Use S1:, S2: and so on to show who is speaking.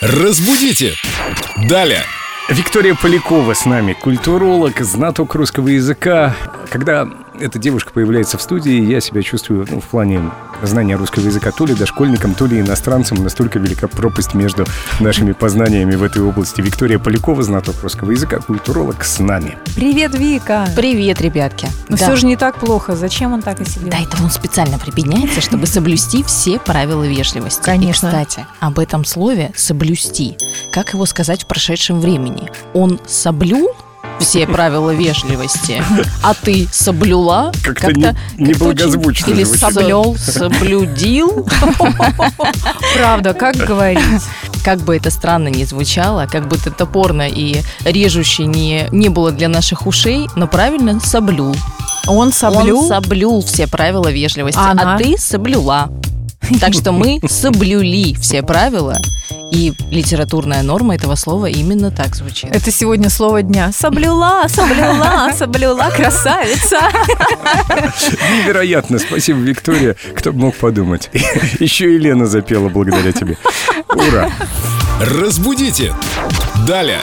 S1: Разбудите! Далее!
S2: Виктория Полякова с нами, культуролог, знаток русского языка. Когда эта девушка появляется в студии, я себя чувствую ну, в плане знания русского языка то ли дошкольником, то ли иностранцем. Настолько велика пропасть между нашими познаниями в этой области. Виктория Полякова, знаток русского языка, культуролог с нами.
S3: Привет, Вика.
S4: Привет, ребятки.
S3: Ну
S4: да.
S3: все же не так плохо. Зачем он так и себе?
S4: Да, это он специально прибедняется, чтобы соблюсти все правила вежливости.
S3: Конечно.
S4: И, кстати, об этом слове «соблюсти». Как его сказать в прошедшем времени? Он соблюл все правила вежливости, а ты соблюла.
S2: Как-то не- неблагозвучно
S4: очень- Или
S2: звучит.
S4: соблел, соблюдил.
S3: Правда, как говорить?
S4: Как бы это странно ни звучало, как бы это топорно и режуще не, не было для наших ушей, но правильно соблюл.
S3: Он соблю?
S4: Он соблюл все правила вежливости,
S3: А она?
S4: а ты соблюла. Так что мы соблюли все правила, и литературная норма этого слова именно так звучит.
S3: Это сегодня слово дня. Соблюла, соблюла, соблюла, красавица.
S2: Невероятно. Спасибо, Виктория. Кто бы мог подумать. Еще и Лена запела благодаря тебе. Ура!
S1: Разбудите! Далее!